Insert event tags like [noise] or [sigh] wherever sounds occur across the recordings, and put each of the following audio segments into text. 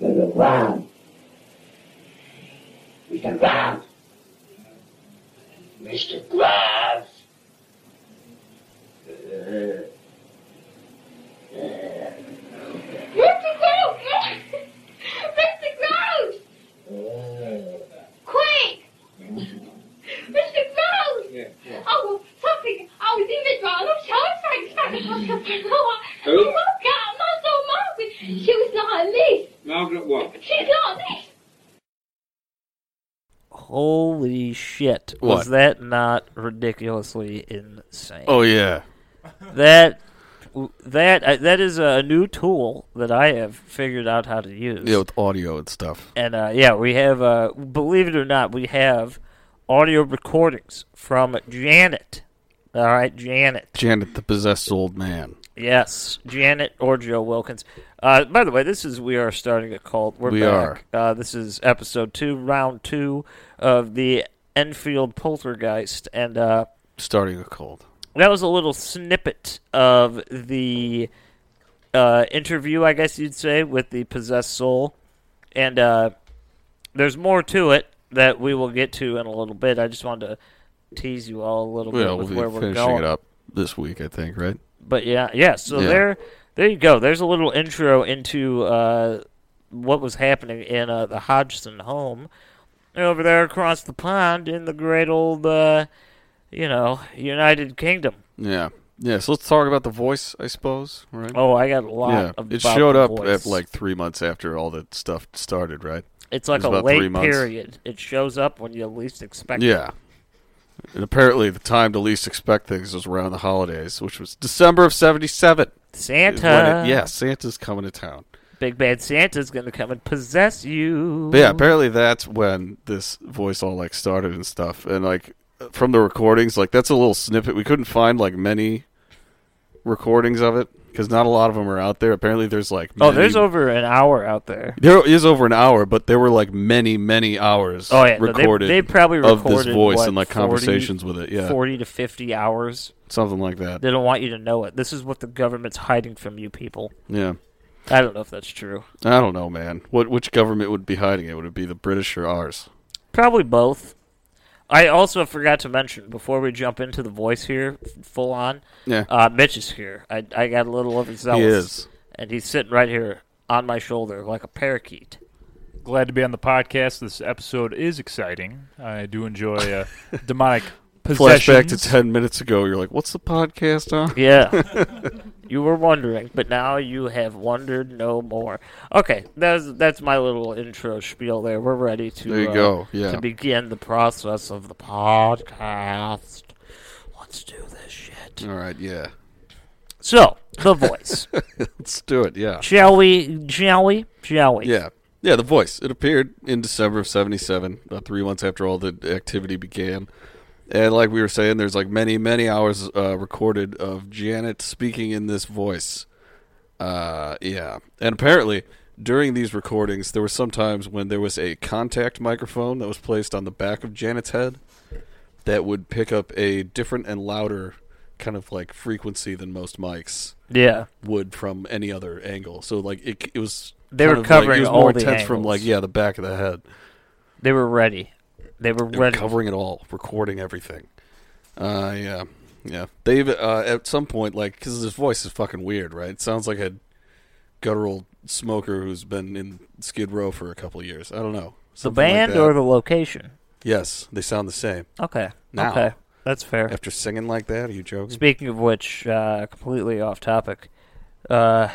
We will run. We can run. Mr. Glass. Mr. Grout! [laughs] Mr. Grout! Quick! Mr. Grout! Oh, something. I was in the drawing room showing Frank [laughs] [laughs] Who? Look at Muscle Margaret. She was not on this. Margaret what? She's not on this. Holy shit. Was What? that not ridiculously insane? Oh yeah. That that uh, that is a new tool that I have figured out how to use. Yeah, with audio and stuff. And uh, yeah, we have uh, believe it or not, we have audio recordings from Janet. All right, Janet. Janet the possessed old man. Yes, Janet or Joe Wilkins. Uh, by the way, this is we are starting a cult. We're We back. Uh, this is episode two, round two of the Enfield Poltergeist, and uh, Starting a cold. that was a little snippet of the uh, interview, I guess you'd say, with the possessed soul. And uh, there's more to it that we will get to in a little bit. I just wanted to tease you all a little Well, bit we'll with be where we're finishing going. it up this week, I think, right? But yeah, yeah. So Yeah. there, there you go. There's a little intro into uh, what was happening in uh, the Hodgson home And over there across the pond in the great old, uh, you know, United Kingdom. Yeah. Yeah, so let's talk about the voice, I suppose, right? Oh, I got a lot yeah. of. It about showed the up voice. at like three months after all that stuff started, right? it's like it's a about three late months. period. It shows up when you least expect. it. Yeah. And apparently the time to least expect things was around the holidays, which was December of seventy seven. Santa. yeah, Santa's coming to town. Big bad Santa's gonna come and possess you. But yeah, apparently that's when this voice all like started and stuff, and like from the recordings, like that's a little snippet. We couldn't find like many recordings of it because not a lot of them are out there. Apparently, there's like Oh, many- there's over an hour out there. there is over an hour, but there were like many many hours. Oh, yeah, no, they- recorded. they probably of this recorded, voice what, and like 40 conversations with it. Yeah, Forty to fifty hours. something like that. They don't want you to know it. This is what the government's hiding from you people. Yeah. I don't know if that's true. I don't know, man. What which government would be hiding it? Would it be the British or ours? Probably both. I also forgot to mention before we jump into the voice here, f- full on. Yeah. Uh, Mitch is here. I, I got a little overzealous. He is. And he's sitting right here on my shoulder like a parakeet. Glad to be on the podcast. This episode is exciting. I do [laughs] enjoy uh, demonic possessions. Flashback to ten minutes ago. You're like, what's the podcast on? Yeah. [laughs] you were wondering, but now you have wondered no more. Okay, that's that's my little intro spiel there. We're ready to There you uh, go, yeah. to begin the process of the podcast. Let's do this shit. All right, yeah. So, the [laughs] voice. Let's do it. Yeah. shall we shall we? Shall we? Yeah. Yeah, The Voice. It appeared in December of 77, about three months after all the activity began. And like we were saying, there's like many, many hours uh, recorded of Janet speaking in this voice. Uh, yeah. And apparently, during these recordings, there were some times when there was a contact microphone that was placed on the back of Janet's head. that would pick up a different and louder kind of like frequency than most mics Yeah. would from any other angle. So like it, it was They kind were of like- covering it was all more the intense from like angles. yeah the back of the head. They were ready. They were They were ready. covering it all, recording everything. Uh, yeah, yeah. They've uh, at some point like because his voice is fucking weird, right? It sounds like a guttural smoker who's been in Skid Row for a couple of years. I don't know. the Something like band that. or the location? yes, they sound the same Okay. Now. Okay. That's fair. after singing like that. Are you joking? Speaking of which, uh, completely off topic. Uh,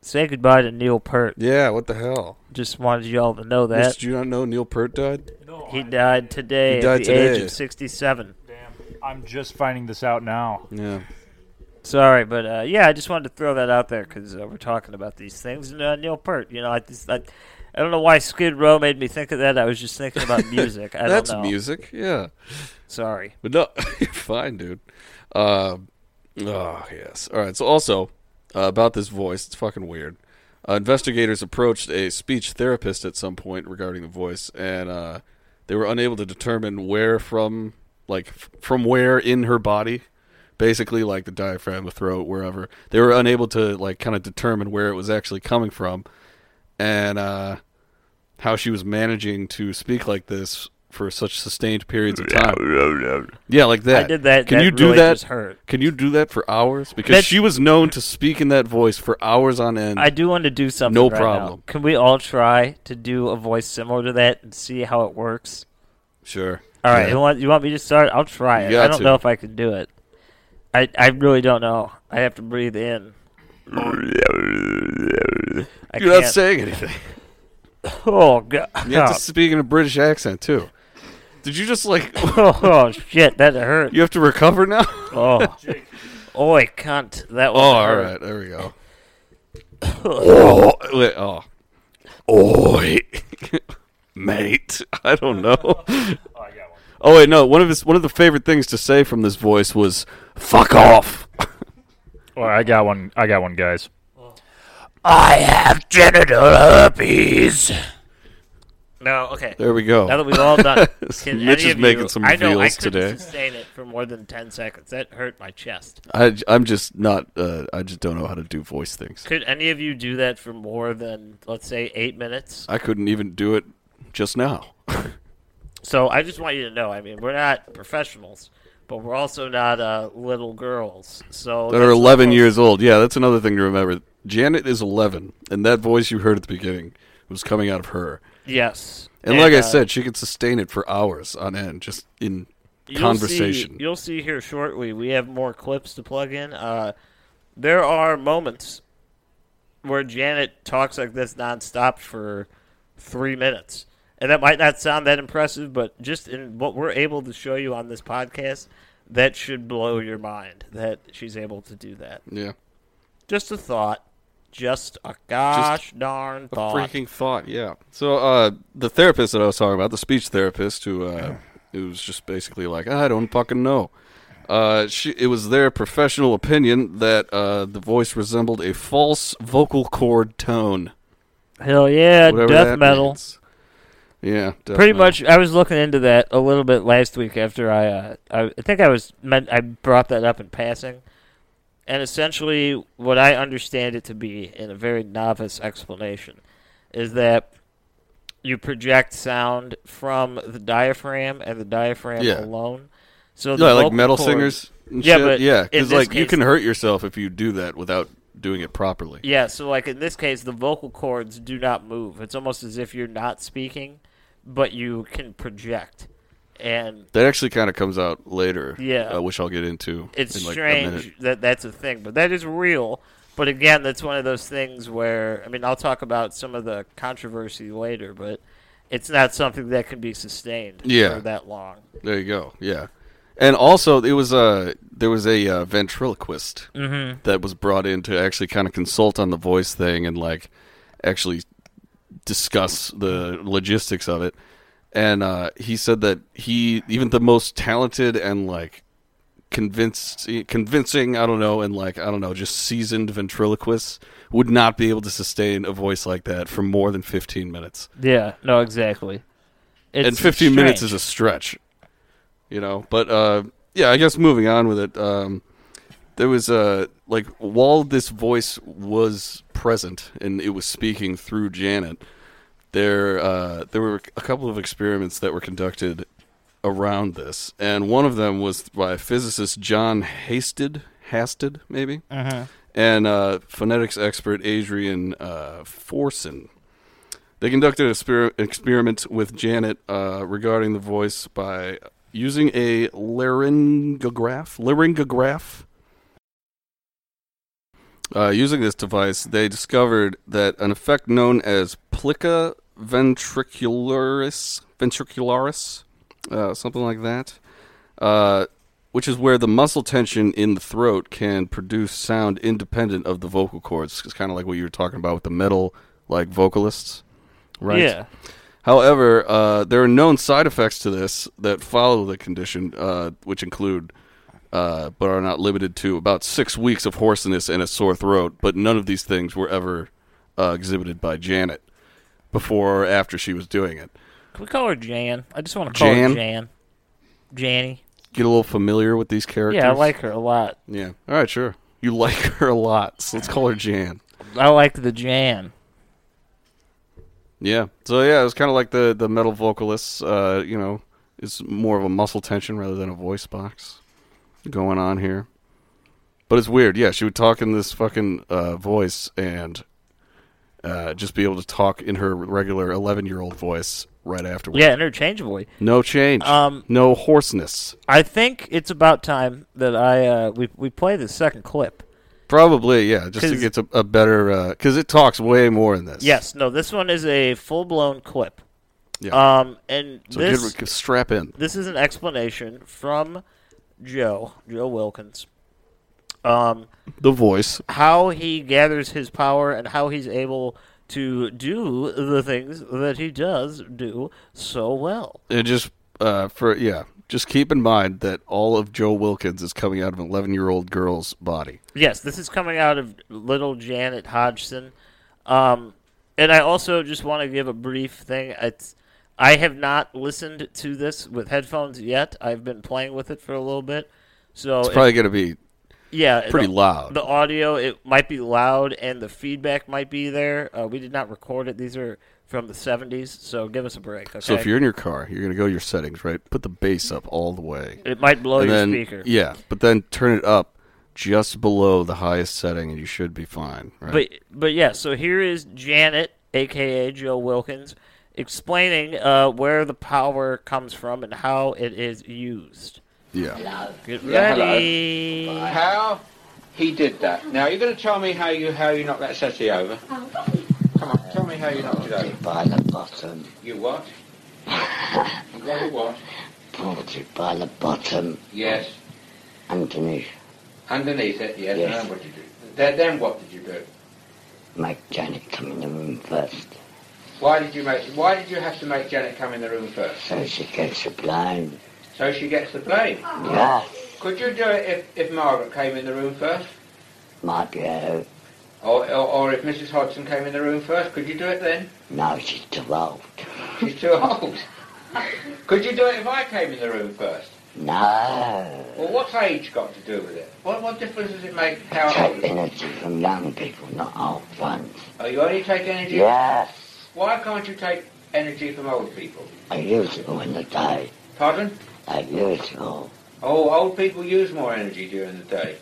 say goodbye to Neil Peart. Yeah, what the hell? Just wanted y'all to know Miss, that Did you not know Neil Peart died? he died today He died at the age today. of 67. Damn. I'm just finding this out now. Yeah. Sorry, but uh, yeah, I just wanted to throw that out there because uh, we're talking about these things. And, uh, Neil Peart, you know, I just I, I don't know why Skid Row made me think of that. I was just thinking about [laughs] music. I That's don't know. music. Yeah. Sorry. But no, [laughs] you're fine, dude. Uh, oh, yes. All right. So, also, uh, about this voice, it's fucking weird. Uh, investigators approached a speech therapist at some point regarding the voice, and uh, they were unable to determine where from, like, f- from where in her body, basically, like the diaphragm, the throat, wherever. They were unable to, like, kind of determine where it was actually coming from. And, uh,. How she was managing to speak like this for such sustained periods of time. Yeah, like that. I did that. Can that you do really that? Just hurt. Can you do that for hours? Because That's- she was known to speak in that voice for hours on end. I do want to do something. No right problem. now. Can we all try to do a voice similar to that and see how it works? sure. All right. Yeah. You want you want me to start? I'll try You it. got I don't to. know if I can do it. I I really don't know. I have to breathe in. I You're can't. not saying anything. oh god. You have to speak in a British accent too. Did you just like? [laughs] [laughs] oh shit, that hurt. You have to recover now. Oh, oi, cunt! That [laughs] Oh, was all right. There we [coughs] go. oh, wait, oh, Oi. [laughs] mate. I don't [laughs] know. Oh, wait, no. One of his one of the favorite things to say from this voice was "fuck off." Well, I got one. I got one, guys. I have genital herpes. No, okay. There we go. [laughs] Now that we've all done, it, can Mitch any is of making you, some I know I reveals couldn't today. sustain it for more than ten seconds. That hurt my chest. I, am just not. Uh, I just don't know how to do voice things. Could any of you do that for more than let's say eight minutes? I couldn't even do it just now. So I just want you to know. I mean, we're not professionals, but we're also not uh, little girls. So That are 11 years old. Yeah, that's another thing to remember. Janet is 11, and that voice you heard at the beginning was coming out of her. Yes. And, like I uh, said, she could sustain it for hours on end, just in you'll conversation. See, you'll see here shortly. We have more clips to plug in. Uh, there are moments where Janet talks like this nonstop for three minutes, and that might not sound that impressive, but just in what we're able to show you on this podcast, that should blow your mind that she's able to do that. yeah, Just a thought. Just a gosh darn thought. freaking thought. Yeah. So uh, the therapist that I was talking about, the speech therapist, who uh, who was just basically like, I don't fucking know. Uh, she, it was their professional opinion that uh, the voice resembled a false vocal cord tone. Hell yeah, whatever death that metal. means. Yeah, death Pretty metal. much, I was looking into that a little bit last week after I, uh, I, I think I was meant I brought that up in passing, and essentially what I understand it to be in a very novice explanation is that you project sound from the diaphragm and the diaphragm Yeah. alone. So the Yeah, like vocal metal cord- singers. And Yeah, shit. but yeah, in because this like you case- can hurt yourself if you do that without doing it properly. Yeah, so like in this case, the vocal cords do not move. It's almost as if you're not speaking, but you can project, and That actually kind of comes out later. Yeah. uh, which I'll get into. it's in like a minute. strange that that's a thing, but that is real. But again, that's one of those things where I mean, I'll talk about some of the controversy later, but it's not something that can be sustained Yeah. for that long. There you go. Yeah, and also it was uh, there was a uh, ventriloquist that was brought in to actually kind of consult on the voice thing and like actually discuss the logistics of it. And uh, he said that he even the most talented and like convinced convincing I don't know and like I don't know just seasoned ventriloquists would not be able to sustain a voice like that for more than 15 minutes. Yeah, no, exactly. It's and 15 minutes is a stretch. you know. But uh, yeah, I guess moving on with it, um, there was uh, like while this voice was present and it was speaking through Janet, there uh, there were a couple of experiments that were conducted around this, and one of them was by physicist John Hasted, Hasted maybe, and uh, phonetics expert Adrian uh, Forson. They conducted a spir- experiment with Janet uh, regarding the voice by using a laryngograph. Laryngograph. Uh, using this device, they discovered that an effect known as plica ventricularis, ventricularis, uh, something like that, uh, which is where the muscle tension in the throat can produce sound independent of the vocal cords. It's kind of like what you were talking about with the metal, like vocalists, right? Yeah. However, uh, there are known side effects to this that follow the condition, uh, which include, uh, but are not limited to, about six weeks of hoarseness and a sore throat. But none of these things were ever uh, exhibited by Janet before or after she was doing it. Can we call her Jan? I just want to call Jan? her Jan. Janny. Get a little familiar with these characters. Yeah, I like her a lot. Yeah. All right, sure. You like [laughs] her a lot, so let's call her Jan. I like the Jan. Yeah. So yeah, it was kind of like the the metal vocalists. Uh, you know, it's more of a muscle tension rather than a voice box going on here. But it's weird. Yeah, she would talk in this fucking uh, voice and uh, just be able to talk in her regular eleven year old voice right afterwards. Yeah, interchangeably. No change. Um, no hoarseness. I think it's about time that I uh, we we play the second clip. Probably. Yeah. Just to 'Cause- get a, a better because it talks way more in this. Yes, no, this one is a full blown clip. Yeah. Um, and So this get, strap in. this is an explanation from Joe Joe Wilkins. Um, The voice. how he gathers his power and how he's able to do the things that he does do so well. it just uh, for yeah, just keep in mind that all of Joe Wilkins is coming out of an eleven-year-old girl's body. Yes, this is coming out of Little Janet Hodgson. Um, and I also just want to give a brief thing. It's, I have not listened to this with headphones yet. I've been playing with it for a little bit. So It's it- probably going to be yeah, pretty Oh, the- loud. The audio it might be loud and the feedback might be there. Uh, we did not record it. These are from the 70s, so give us a break. Okay? so if you're in your car, you're going to go to your settings, right? Put the bass up all the way, it might blow and your then speaker. yeah, but then turn it up just below the highest setting, and you should be fine. Right? But but yeah, so here is Janet, aka Joe Wilkins, explaining uh, where the power comes from and how it is used. yeah, Get Yeah, hello. ready. How he did that. Now you're going to tell me how you how you knocked that settee over. Come on, tell me how you knocked it over. It by the bottom. You what? you got it what? Brought it by the bottom. Yes. Underneath. Underneath it. Yes. Yes. And then what did you do? Then, then what did you do? Make Janet come in the room first. Why did you make? Why did you have to make Janet come in the room first? So she gets the blind. So she gets the blame. Yes. Could you do it if, if Margaret came in the room first, Might be her. or, or or if Mrs. Hodgson came in the room first? Could you do it then? No, she's too old. She's too old. Could you do it if I came in the room first? No. Well, what's age got to do with it? What, what difference does it make Oh, how Take old? energy from young people, not old ones. Are you only take energy? Yes. Why can't you take energy from old people? I use it all in the day. Pardon? I use it all. Oh, old people use more energy during the day.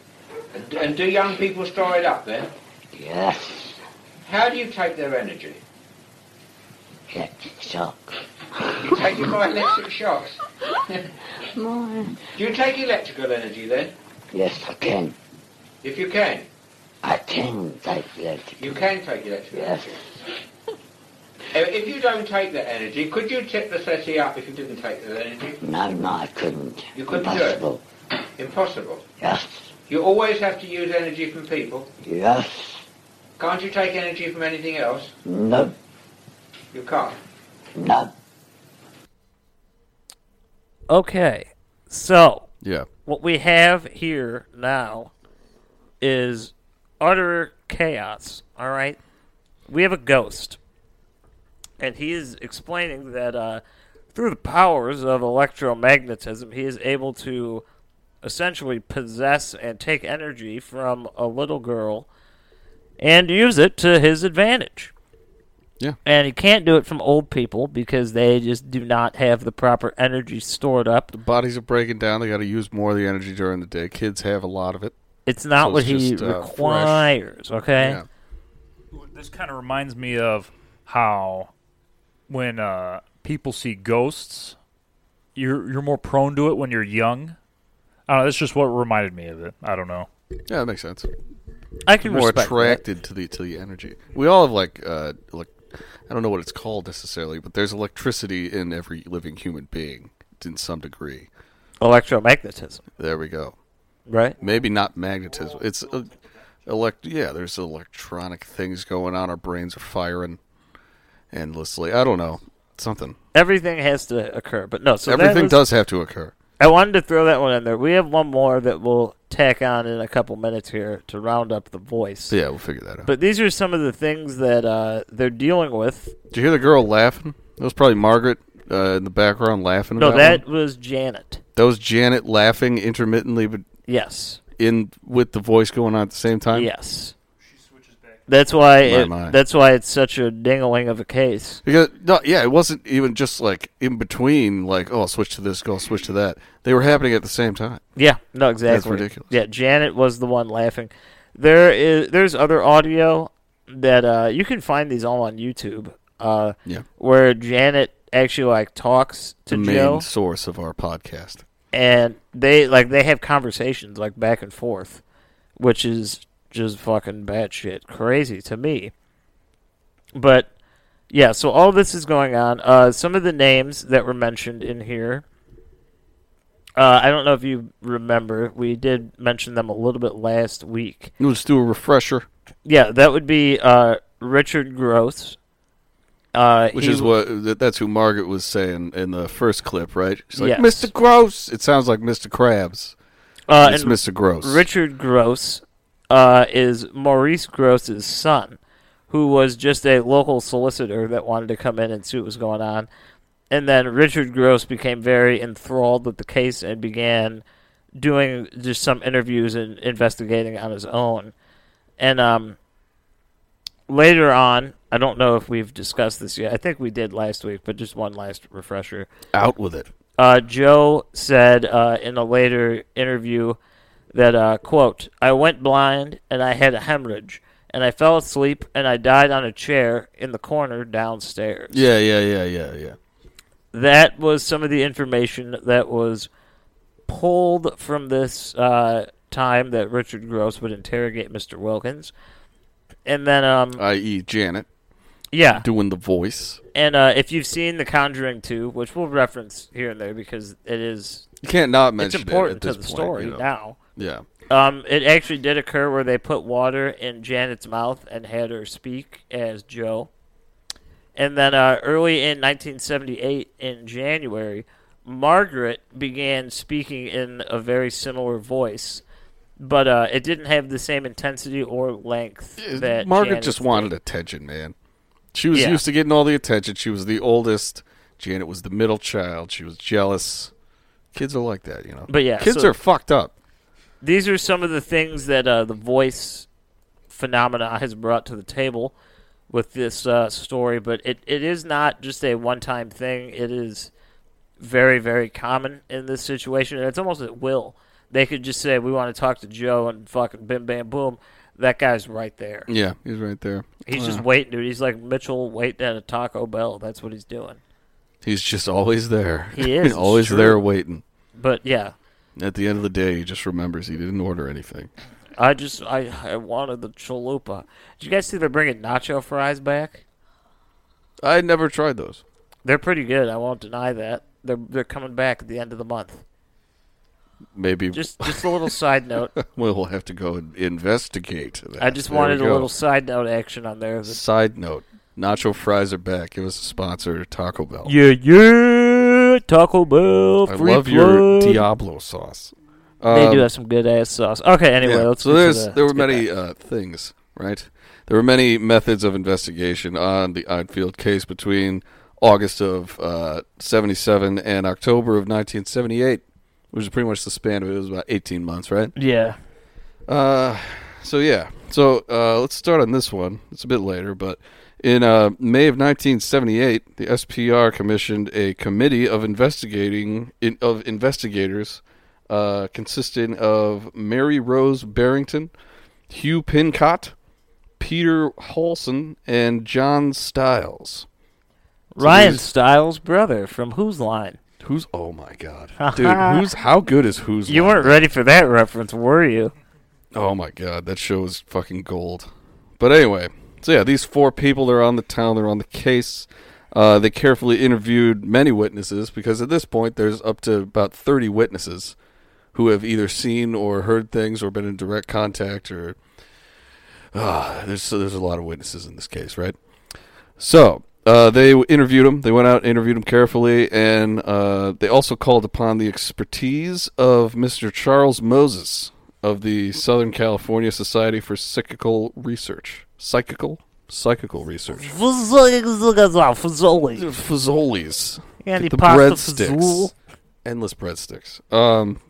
And, and do young people store it up then? Yes. How do you take their energy? Electric shock. You take it by electric shocks. Mine. Do you take electrical energy then? [laughs] Yes, I can. If you can. I can take electric. You can take electrical Yes. energy. If if you don't take that energy, could you tip the settee up if you didn't take that energy? No, no, I couldn't. You couldn't do it? Impossible. Impossible. Yes. You always have to use energy from people. Yes. Can't you take energy from anything else? No. You can't. No. Okay, so yeah. what we have here now is utter chaos. All right, we have a ghost, and he is explaining that uh, Through the powers of electromagnetism, he is able to essentially possess and take energy from a little girl and use it to his advantage. Yeah. And he can't do it from old people because they just do not have the proper energy stored up. Bodies are breaking down. They got to use more of the energy during the day. Kids have a lot of it. It's not So what it's he just, uh, fresh. requires, okay? Yeah. This kind of reminds me of how when uh, people see ghosts, you're you're more prone to it when you're young. I don't know. That's just what reminded me of it. I don't know. Yeah, that makes sense. I can More respect that. attracted to the to the energy. We all have like uh like I don't know what it's called necessarily, but there's electricity in every living human being in some degree. electromagnetism, There we go. right? Maybe not magnetism. It's uh, elect. Yeah, there's electronic things going on. Our brains are firing endlessly. I don't know something. Everything has to occur, but no. So that Everything was- does have to occur. I wanted to throw that one in there. We have one more that we'll tack on in a couple minutes here to round up the voice. So yeah, we'll figure that out. But these are some of the things that uh, they're dealing with. Did you hear the girl laughing? That was probably Margaret uh, in the background laughing. No, about that one. was Janet. that was Janet laughing intermittently, but Yes, in with the voice going on at the same time. yes. That's why. My, It, my. That's why it's such a dingling of a case. Because no, yeah, it wasn't even just like in between, like oh, I'll switch to this, go I'll switch to that. They were happening at the same time. Yeah, no, exactly. ridiculous. Yeah, Janet was the one laughing. There is there's other audio that uh, you can find these all on YouTube. Uh, Yeah. where Janet actually like talks to The main Joe, source of our podcast. and they like they have conversations like back and forth, which is just fucking batshit crazy to me. But yeah, so all this is going on. Uh, some of the names that were mentioned in here. Uh, I don't know if you remember. We did mention them a little bit last week. Let's do a refresher, Yeah, that would be uh, Richard Gross. Uh, which he is what that- that's who Margaret was saying in the first clip, right? She's like, Yes. "Mr. Gross." It sounds like Mr. Krabs. uh, it's and Mr. Gross. Richard Gross uh, is Maurice Gross's son, who was just a local solicitor that wanted to come in and see what was going on. And then Richard Gross became very enthralled with the case and began doing just some interviews and investigating on his own. And um, later on, I don't know if we've discussed this yet. I think we did last week, but just one last refresher Out with it. uh, Joe said uh, in a later interview that uh, quote I went blind and I had a hemorrhage and I fell asleep and I died on a chair in the corner downstairs. Yeah, yeah, yeah, yeah, yeah. That was some of the information that was pulled from this uh, time that Richard Gross would interrogate Mr. Wilkins, and then um, I.e., E. Janet yeah, doing the voice. and uh, if you've seen The Conjuring 2, which we'll reference here and there because it is You can't not it's mention important it to at the this point, story you know. now. Yeah, Um, it actually did occur where they put water in Janet's mouth and had her speak as Joe. And then uh, early in 1978, in January, Margaret began speaking in a very similar voice, but uh, it didn't have the same intensity or length that Uh, Margaret Janet just did. wanted attention, man. She was Yeah. used to getting all the attention. She was the oldest. Janet was the middle child. She was jealous. Kids are like that, you know. But yeah, kids so- are fucked up. these are some of the things that uh, the voice phenomena has brought to the table with this uh, story, but it, it is not just a one time thing. It is very, very common in this situation, and it's almost at will. They could just say, We want to talk to Joe, and fucking bim, bam, boom. That guy's right there. Yeah, he's right there. He's just waiting, dude. He's like Mitchell waiting at a Taco Bell. That's what he's doing. He's just always there. He [laughs] is, it's always true. there waiting. But yeah, At the end of the day, he just remembers he didn't order anything. I just I, I wanted the chalupa. Did you guys see they're bringing nacho fries back? I had never tried those. They're pretty good. I won't deny that. They're they're coming back at the end of the month. Maybe Just just a little [laughs] side note. we'll have to go and investigate. That. I just There we wanted a go. little side note action on there. That, Side note: Nacho fries are back. Give us a sponsor, Taco Bell. yeah, yeah, Taco Bell. I Free love your plug. Diablo sauce. They Um, do have some good ass sauce. Okay, anyway, yeah. let's. so get to there's the- there were let's get many back. uh, things, right? There were many methods of investigation on the Oddfield case between August of uh, 77 and October of 1978, which is pretty much the span of it. It was about 18 months, right? Yeah. Uh, so yeah. So uh, let's start on this one. It's a bit later, but in uh, May of 1978, the SPR commissioned a committee of investigating in, of investigators uh, consisting of Mary Rose Barrington, Hugh Pincott, Peter Holson, and John Stiles. Ryan these- Stiles' brother from Who's Line. Who's oh my [laughs] god, dude? Who's how good is who's? You Line? weren't ready for that reference, were you? Oh my god, that show is fucking gold. But anyway, so yeah, these four people they're on the town, they're on the case. Uh, they carefully interviewed many witnesses because at this point there's up to about 30 witnesses who have either seen or heard things or been in direct contact or Ah, there's so there's a lot of witnesses in this case, right? So uh, they w- interviewed him. They went out, and interviewed him carefully, and uh, they also called upon the expertise of Mr. Charles Moses of the Southern California Society for Psychical Research. Psychical, psychical research. Fazoli. Fazoli's, Yeah, Get the pasta fazool. endless breadsticks. Um,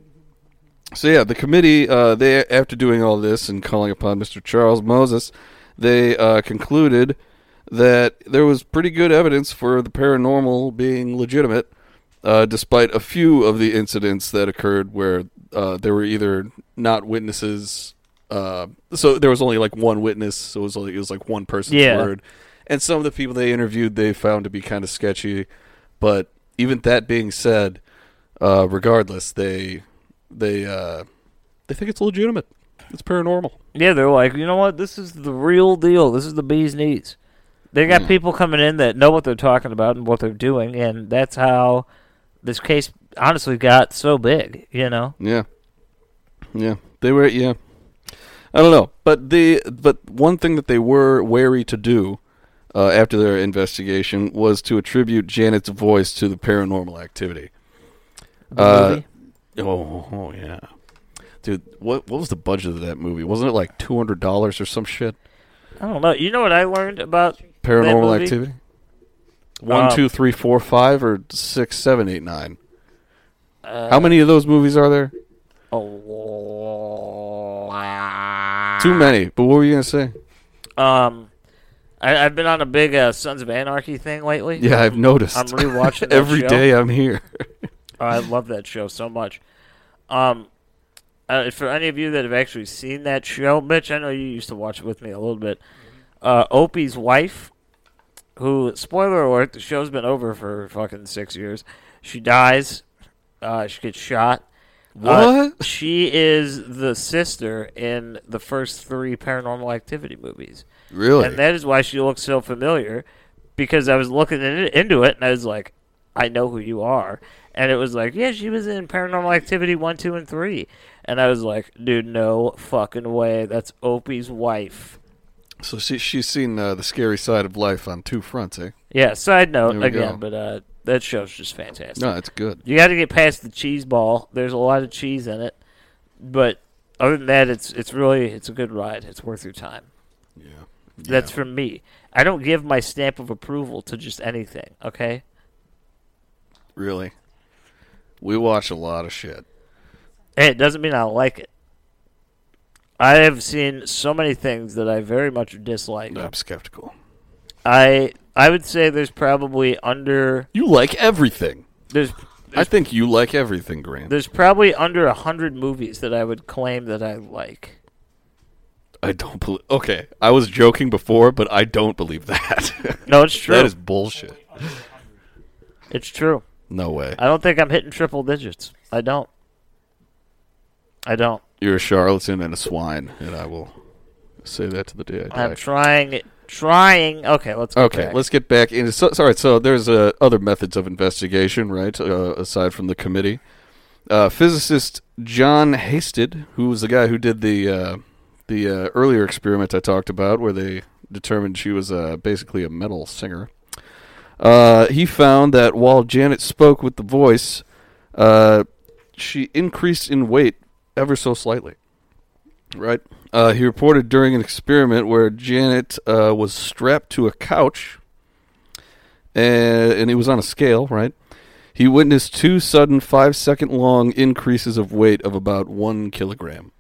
so yeah, the committee uh, they after doing all this and calling upon Mr. Charles Moses, they uh, concluded that there was pretty good evidence for the paranormal being legitimate, uh, despite a few of the incidents that occurred where uh, there were either not witnesses. Uh, so there was only like one witness, so it was like, it was like one person's Yeah. word. And some of the people they interviewed they found to be kind of sketchy, but even that being said, uh, regardless, they they uh, they think it's legitimate. It's paranormal. Yeah, they're like, you know what? This is the real deal. This is the bee's knees. They Hmm. got people coming in that know what they're talking about and what they're doing, and that's how this case honestly got so big. You know? Yeah, yeah, they were. Yeah, I don't know, but they but one thing that they were wary to do uh, after their investigation was to attribute Janet's voice to the paranormal activity. Uh, movie? Oh, oh yeah, dude. What what was the budget of that movie? Wasn't it like two hundred dollars or some shit? I don't know. You know what I learned about Paranormal movie? activity. One, Uh, two, three, four, five, or six, seven, eight, nine. How many of those movies are there? Too many. But what were you gonna say? Um, I, I've been on a big uh, Sons of Anarchy thing lately. Yeah, I've noticed. I'm [laughs] rewatching that every show. day I'm here. I love that show so much. Um, uh, for any of you that have actually seen that show, Mitch, I know you used to watch it with me a little bit. Uh, Opie's wife, who spoiler alert, the show's been over for fucking six years. She dies. Uh, she gets shot. Uh, What? she is the sister in the first three Paranormal Activity movies. [laughs] Really? And that is why she looks so familiar, because I was looking in- into it and I was like, I know who you are. And it was like, yeah, she was in Paranormal Activity 1, 2, and 3. And I was like, dude, no fucking way. That's Opie's wife. so she, she's seen uh, the scary side of life on two fronts, eh? Yeah, side There note we again, go. but uh, that show's just fantastic. No, it's good. You got to get past the cheese ball. There's a lot of cheese in it. But other than that, it's it's really it's a good ride. It's worth your time. Yeah. That's from me. I don't give my stamp of approval to just anything, okay? Really. We watch a lot of shit. Hey, it doesn't mean I like it. I have seen so many things that I very much dislike. I'm skeptical. I I would say there's probably under You like everything. there's I think you like everything, Grant. there's probably under a hundred movies that I would claim that I like. I don't believe. Okay, I was joking before, but I don't believe that. [laughs] No, it's true. that is bullshit. It's true. No way. I don't think I'm hitting triple digits. I don't. I don't. You're a charlatan and a swine, and I will say that to the day I die. I'm trying trying okay, let's go Okay, back. let's get back into. So, sorry, so there's uh, other methods of investigation, right? Uh, aside from the committee, uh, physicist John Hasted, who was the guy who did the uh, the uh, earlier experiment I talked about, where they determined she was uh, basically a metal singer. Uh, he found that while Janet spoke with the voice, uh, she increased in weight ever so slightly. Right. Uh, he reported during an experiment where Janet uh, was strapped to a couch and, and it was on a scale, right? He witnessed two sudden five second long increases of weight of about one kilogram.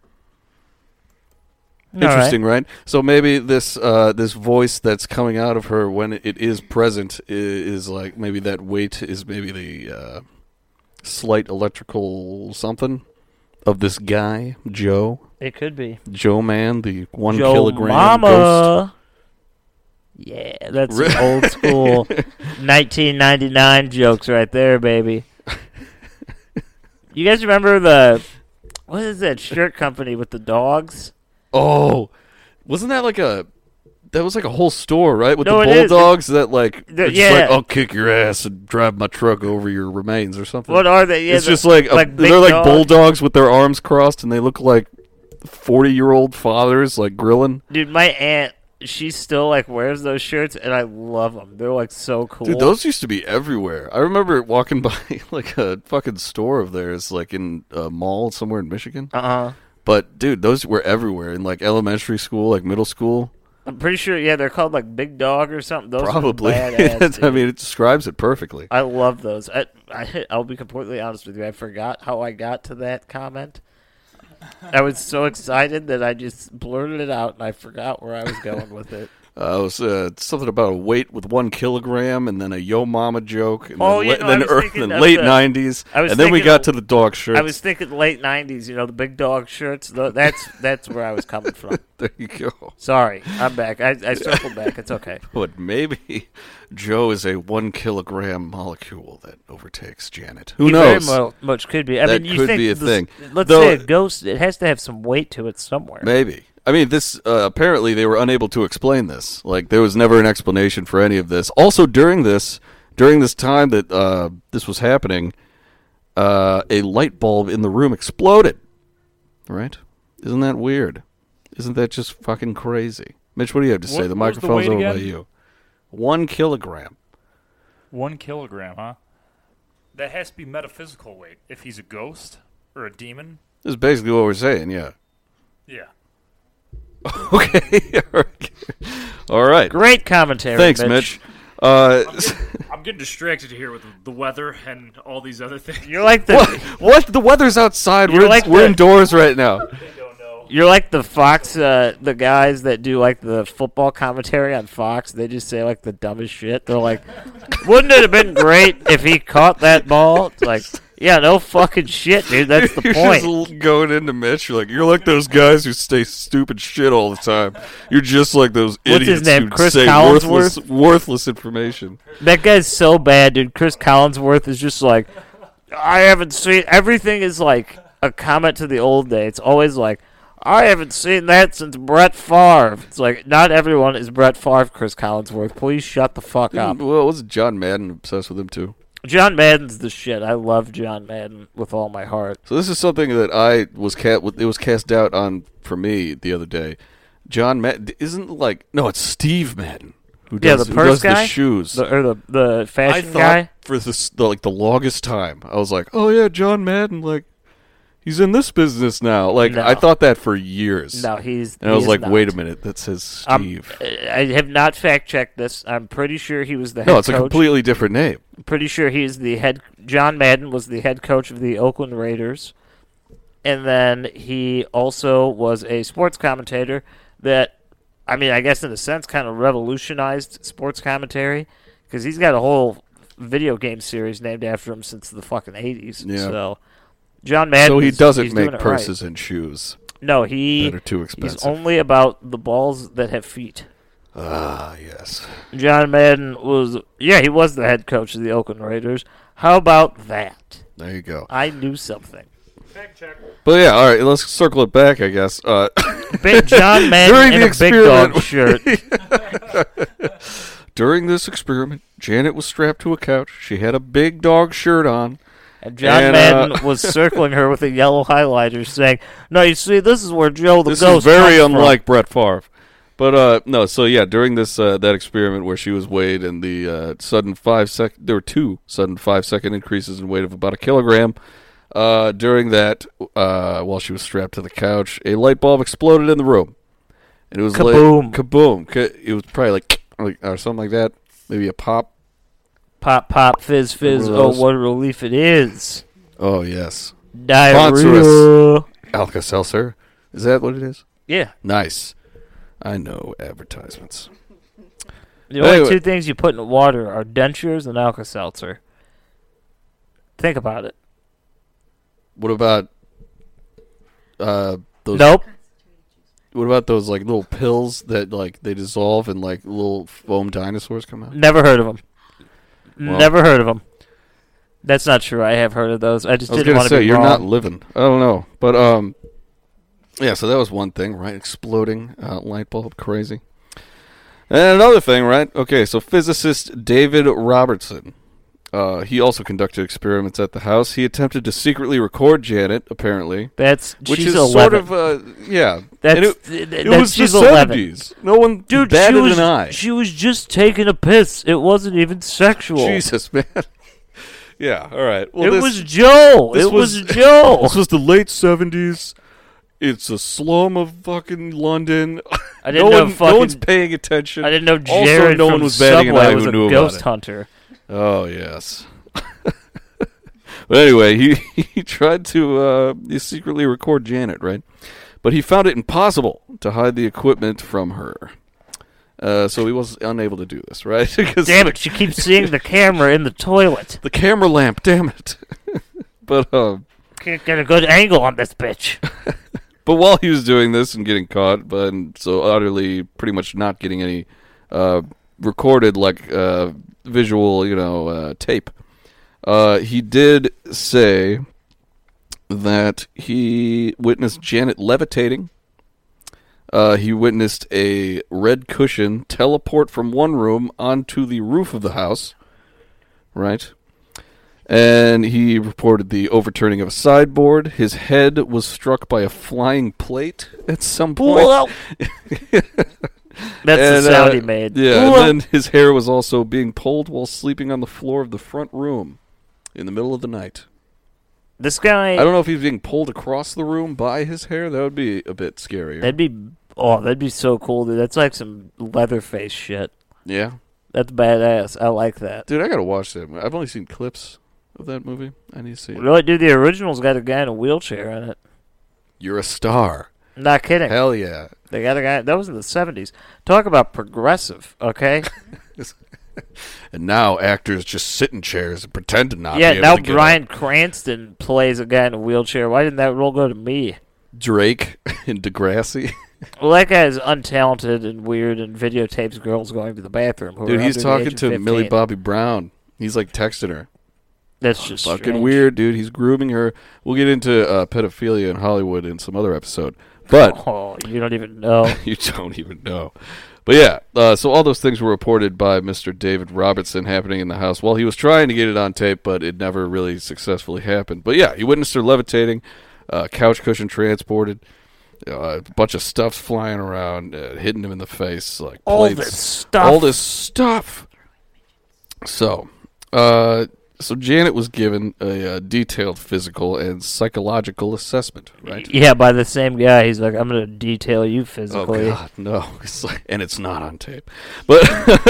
right. Interesting, right? So maybe this uh, this voice that's coming out of her when it is present i- is, is like maybe that weight is maybe the uh, slight electrical something of this guy Joe It could be. Joe Man, the one Joe kilogram ghost. Mama. Yeah, that's Re- some old [laughs] school 1999 jokes right there, baby. you guys remember the what is that shirt company with the dogs? Oh, wasn't that like a that was like a whole store, right? With No, it the is. bulldogs that like The- it's just like yeah. I'll kick your ass and drive my truck over your remains or something. What are they? Yeah, it's the- just like, a- big they're like dogs. bulldogs with their arms crossed and they look like 40-year-old fathers like grilling. Dude, my aunt, she still like wears those shirts, and I love them. They're like so cool. Dude, those used to be everywhere. I remember walking [laughs] by like a fucking store of theirs like in a mall somewhere in Michigan. Uh-uh. But dude, those were everywhere in like elementary school, like middle school. I'm pretty sure. Yeah, they're called like Big Dog or something. Those Probably. Are [laughs] badass, That's- I dude. mean, it describes it perfectly. I love those. I, I I'll be completely honest with you. I forgot how I got to that comment. I was so excited that I just blurted it out, and I forgot where I was going with it. Uh, it was uh, something about a weight with one kilogram, and then a Yo Mama joke, and Oh, then, you la- know, I then, was ear- thinking then of late the- nineties, I was and then we thinking got of- to the dog [laughs] shirts. I was thinking late '90s. You know, the Big Dog shirts. tho- That's that's where I was coming from. [laughs] there you go. Sorry, I'm back. I, I circled back. It's okay. But maybe Joe is a one kilogram molecule that overtakes Janet. Who He knows? Very mu- much could be. I That mean, you could think be a this- thing. Let's Though- say a ghost. It has to have some weight to it somewhere. Maybe. I mean, this uh, apparently they were unable to explain this. Like there was never an explanation for any of this. Also, during this, during this time that uh, this was happening, uh, a light bulb in the room exploded. Right? Isn't that weird? Isn't that just fucking crazy? Mitch, what do you have to say? What- the what was the microphone's weight over by again? you. One kilogram. One kilogram, huh? That has to be metaphysical weight. If he's a ghost or a demon, This is basically what we're saying. Yeah. [laughs] yeah. Okay. [laughs] All right. All right. Great commentary. Thanks, Mitch. Uh, I'm getting distracted here with the weather and all these other things. [laughs] You're like the what? [laughs] What? The weather's outside. You're We're like we're the- indoors [laughs] right now. you're like the Fox uh, the guys that do like the football commentary on Fox. They just say like the dumbest shit. They're like, wouldn't it have been great if he caught that ball? It's like, yeah, no fucking shit, dude. That's the [laughs] you're point. just l- going into Mitch. You're like, you're like those guys who say stupid shit all the time. You're just like those What's idiots his name, who Chris say Collinsworth? worthless, worthless information. That guy's so bad, dude. Chris Collinsworth is just like, I haven't seen. Everything is like a comment to the old day. It's always like, I haven't seen that since Brett Favre. It's like, not everyone is Brett Favre, Chris Collinsworth. Please shut the fuck up. Well, was John Madden obsessed with him too? John Madden's the shit. I love John Madden with all my heart. So this is something that I was cat. It was cast doubt on for me the other day. John Madden isn't like no, it's Steve Madden who does, Yeah, the who purse does guy? the shoes. The, or the, the I fashion thought guy. for this the, like the longest time, I was like, "Oh yeah, John Madden, like he's in this business now." Like No. I thought that for years. No, he's. and I he was is like, not. Um, eh, "Wait a minute, that says I'm- Steve." I have not fact checked this. I'm pretty sure he was the head no, it's a coach. completely different name. pretty sure he's the head. John Madden was the head coach of the Oakland Raiders, and then he also was a sports commentator. That, I mean, I guess in a sense, kind of revolutionized sports commentary because he's got a whole video game series named after him since the fucking eighties. Yeah. So, John Madden. so he is- doesn't he's doing make it right. purses and shoes. No, he that are too he's expensive. only about the balls that have feet. Ah, yes. John Madden was, yeah, he was the head coach of the Oakland Raiders. How about that? There you go. I knew something. But yeah, all right, let's circle it back, I guess. Uh, [laughs] Big John During Madden in the a big dog experiment- shirt. [laughs] during this experiment, Janet was strapped to a couch. She had a big dog shirt on. And John And, uh, Madden was circling her with a yellow highlighter saying, No, you see, this is where Joe the this Ghost is very comes from." unlike Brett Favre. But uh, no, so yeah, during this uh, that experiment where she was weighed and the uh, sudden five sec, there were two sudden five second increases in weight of about a kilogram. Uh, during that, uh, while she was strapped to the couch, a light bulb exploded in the room, and it was Kaboom. Like, kaboom! Ka- It was probably like, like or something like that, maybe a pop. Pop, pop, fizz, fizz. Oh, Gross. what a relief it is. Oh yes, Diarrhea. Alka Seltzer. Is that what it is? Yeah. Nice. I know advertisements. The only Anyway. two things you put in water are dentures and Alka Seltzer. Think about it. What about uh those? Nope. What about those like little pills that like they dissolve and like little foam dinosaurs come out? Never heard of them. Well- Never heard of them. That's not true. I have heard of those. I just I was didn't gonna want say to be you're wrong. not living. I don't know, but um, yeah. So that was one thing, right? Exploding uh, light bulb, crazy. And another thing, right? Okay, so physicist David Robertson. Uh, he also conducted experiments at the house. He attempted to secretly record Janet, apparently, That's which she's is 11. sort of uh, yeah. That's- And th- it, th- it that's- was she's the 11. 70s. No one Dude, she batted was, an eye. she was just taking a piss. It wasn't even sexual. Jesus, man. [laughs] yeah. All right. Well, it this- was Joel. this It was, was- [laughs] Joel. This was the late seventies. It's a slum of fucking London. I didn't [laughs] no know one, fucking- no one's paying attention. I didn't know Also, Jared no from one was batting an Subway eye was who a knew ghost about hunter. it. Oh yes. [laughs] but anyway, he [laughs] he tried to uh, he secretly record Janet, right? But he found it impossible to hide the equipment from her. Uh, so he was unable to do this, right? [laughs] 'Cause- Damn it! She keeps seeing the camera in the toilet. The camera lamp, damn it. [laughs] but um, Can't get a good angle on this [laughs] bitch. But while he was doing this and getting caught, but and so utterly, pretty much not getting any uh, recorded like uh, visual, you know, uh, tape. Uh, he did say that he witnessed Janet levitating. Uh, he witnessed a red cushion teleport from one room onto the roof of the house, right? And he reported the overturning of a sideboard. His head was struck by a flying plate at some point. Well, that's the And, sound uh, he made. Yeah, Well, and then his hair was also being pulled while sleeping on the floor of the front room in the middle of the night. this guy. I don't know if he's being pulled across the room by his hair. That would be a bit scarier. That'd be oh, that'd be so cool, dude. That's like some Leatherface shit. yeah. That's badass. I like that. Dude, I got to watch that. movie. I've only seen clips of that movie. I need to see it. Really, dude, the original's got a guy in a wheelchair in it. You're a star. Not kidding. Hell yeah. They got a guy. That was in the seventies. Talk about progressive. [laughs] Okay. And now actors just sit in chairs and pretend to not. yeah. be able Now to get Brian Cranston plays a guy in a wheelchair. Why didn't that role go to me? up. Drake [laughs] and Degrassi. Well, that guy is untalented and weird and videotapes girls going to the bathroom. who are [laughs] Dude, he's under the talking age of to 15. Millie Bobby Brown. He's like texting her. That's just fucking strange. weird, dude. He's grooming her. We'll get into uh, pedophilia in Hollywood in some other episode, but Oh, you don't even [laughs] know. you don't even know. But yeah, uh, so all those things were reported by Mr. David Robertson happening in the house. Well, he was trying to get it on tape, but it never really successfully happened. But yeah, he witnessed her levitating, uh, couch cushion transported, uh, a bunch of stuff flying around, uh, hitting him in the face, like All plates, this stuff. all this stuff. So, uh, so Janet was given a, uh detailed physical and psychological assessment, right? Yeah, by the same guy. He's like, I'm going to detail you Oh physically. God, no! [laughs] It's like, and it's not on tape, but [laughs]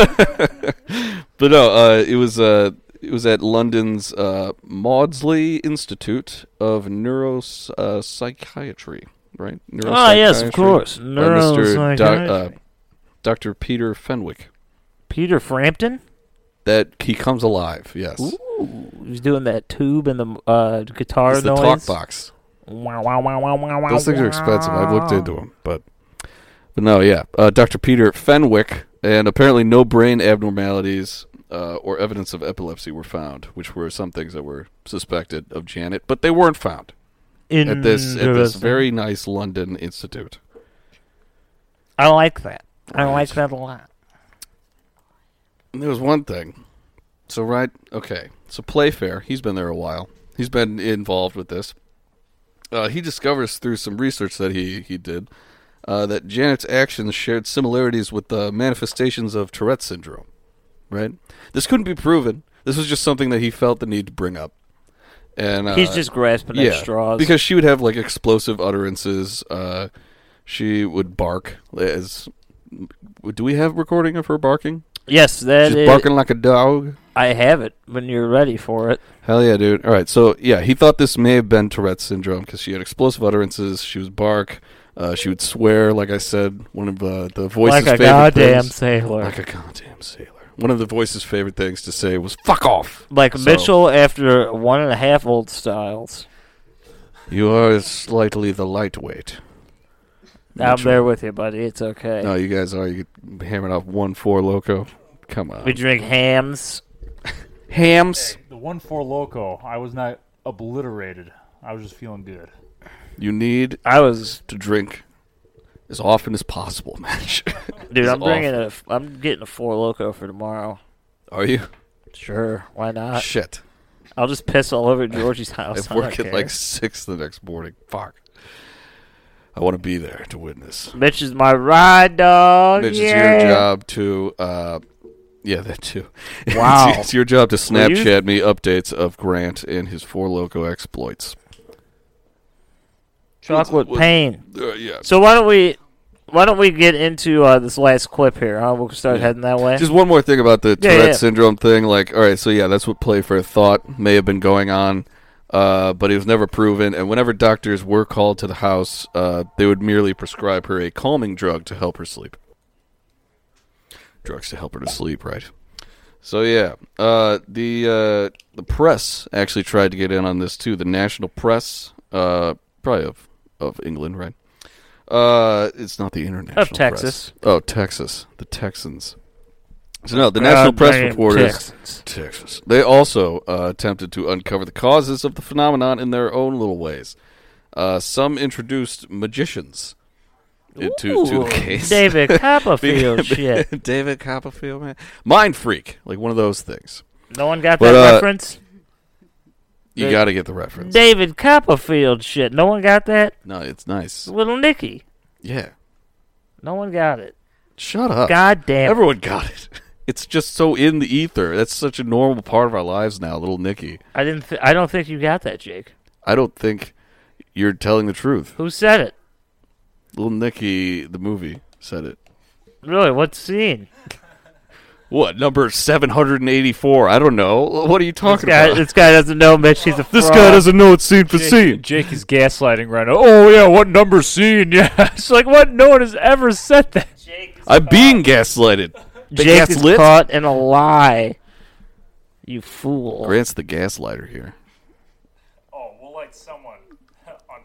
but no, uh, it was uh, it was at London's uh, Maudsley Institute of Neuropsychiatry, uh, Psychiatry, right? Ah, yes, of Neuropsychiatry course. by Mr. Doc- uh, Neuropsychiatry. Dr. Peter Fenwick. Peter Frampton? That he comes alive. Yes, Ooh, he's doing that tube and the uh, guitar it's the noise. talk box. Wow, wow, wow, wow, wow, wow, Those things are wow. expensive. I've looked into them, but but no, yeah. Uh, Dr. Peter Fenwick, and apparently no brain abnormalities uh, or evidence of epilepsy were found, which were some things that were suspected of Janet, but they weren't found at this at this Mm, Interesting. very nice London institute. I like that. I like that a lot. And there was one thing. So right, okay. So Playfair, he's been there a while. He's been involved with this. Uh, he discovers through some research that he he did uh, that Janet's actions shared similarities with the manifestations of Tourette's syndrome. Right. This couldn't be proven. This was just something that he felt the need to bring up. And uh, He's just grasping at straws. because she would have like explosive utterances. Uh, she would bark. As do we have recording of her barking? Yes, that She's is- barking like a dog. I have it when you're ready for it. Hell yeah, dude. All right, so yeah, he thought this may have been Tourette's syndrome because she had explosive utterances. She was bark. Uh, she would swear, like I said, one of uh, the voice's like a favorite goddamn things. sailor. Like Like, a goddamn sailor. One of the voice's favorite things to say was "fuck off." So- Mitchell after one and a half old styles. You are slightly the lightweight. I'm Mitchell. there with you, buddy. It's okay. No, you guys are. You hammering off one four loco. Come on, we drink hams. hams. The one four loco. I was not obliterated. I was just feeling good. You need I was, to drink as often as possible, man. [laughs] dude. It's I'm bringing awful. a. I'm getting a four loco for tomorrow. Are you? Sure, why not? Shit. I'll just piss all over [laughs] Georgie's house. I I don't work at care. like six the next morning. Fuck. I want to be there to witness. Mitch is my ride dog. Mitch, Oh, yeah. it's your job to, uh, yeah, that too. [laughs] It's- Wow. it's, your job to Will you- Snapchat me updates of Grant and his four loco exploits. Chocolate What- pain. Uh, yeah. So why don't we, why don't we get into uh, this last clip here? Huh? We'll start heading that way. Just one more thing about the Yeah, Tourette yeah. syndrome thing. Like, all right, so yeah, that's what play for thought may have been going on, uh, but it was never proven. And whenever doctors were called to the house, uh, they would merely prescribe her a calming drug to help her sleep. Drugs to help her to sleep, right? So yeah, uh, the uh, the press actually tried to get in on this too. The national press, uh, probably of of England, right? Uh, it's not the international press. Texas. Oh, Texas, the Texans. So no, the national God press damn reporters. Texans. Texas. They also uh, attempted to uncover the causes of the phenomenon in their own little ways. Uh, some introduced magicians into to Ooh, the [laughs] case. [laughs] David Copperfield shit. David Copperfield, man, mind freak, like one of those things. No one got But, that uh, reference. You They- got to get the reference. David Copperfield shit. No one got that. no, it's nice. Little Nicky. Yeah, No one got it. shut up. God damn. it. Uh, Everyone got it. [laughs] It's just so in the ether. That's such a normal part of our lives now, little Nicky. I didn't. Th- I don't think you got that, Jake. I don't think you're telling the truth. Who said it? Little Nicky, the movie, said it. Really? What scene? What number seven hundred and eighty-four? I don't know. What are you This talking guy, about? this guy doesn't know Mitch. He's a This fraud. guy doesn't know it's scene for Jake, scene. [laughs] Jake is gaslighting right now. Oh yeah, what number scene? [laughs] Yeah, it's like what? No one has ever said that. I'm being gaslighted. Jake is gaslit? caught in a lie. You fool. Grant's the gaslighter here. Oh, we'll light someone.